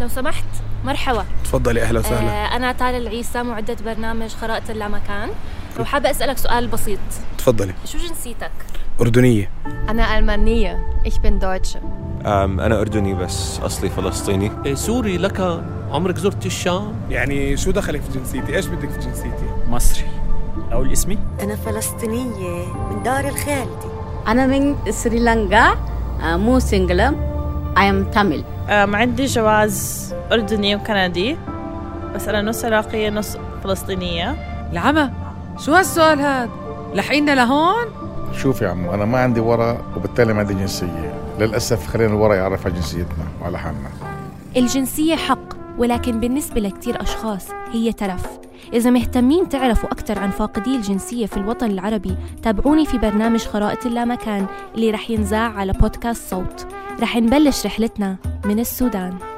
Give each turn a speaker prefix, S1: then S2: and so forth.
S1: لو سمحت مرحبا
S2: تفضلي اهلا وسهلا
S1: آه، أنا تالا العيسى معدة برنامج خرائط اللامكان وحابة أسألك سؤال بسيط
S2: تفضلي
S1: شو جنسيتك؟
S2: اردنيه
S3: أنا ألمانية ich bin Deutsche
S4: أم، أنا أردني بس أصلي فلسطيني
S5: إيه، سوري لك عمرك زرت الشام؟
S2: يعني شو دخلك في جنسيتي ايش بدك في جنسيتي
S6: مصري أقول اسمي؟
S7: أنا فلسطينية من دار الخالدي
S8: أنا من سريلانكا آه، مو سنغلة I am Tamil
S9: آم، آه، عندي جواز أردني وكندي بس أنا نص عراقية نص فلسطينية
S10: العمى شو هالسؤال هاد لحقنا لهون
S11: شوف يا عمو انا ما عندي ورا وبالتالي ما عندي جنسيه للاسف خلينا الورا يعرف على جنسيتنا وعلى حالنا
S1: الجنسية حق ولكن بالنسبة لكتير أشخاص هي تلف إذا مهتمين تعرفوا أكثر عن فاقدي الجنسية في الوطن العربي تابعوني في برنامج خرائط اللامكان اللي رح ينزاع على بودكاست صوت رح نبلش رحلتنا من السودان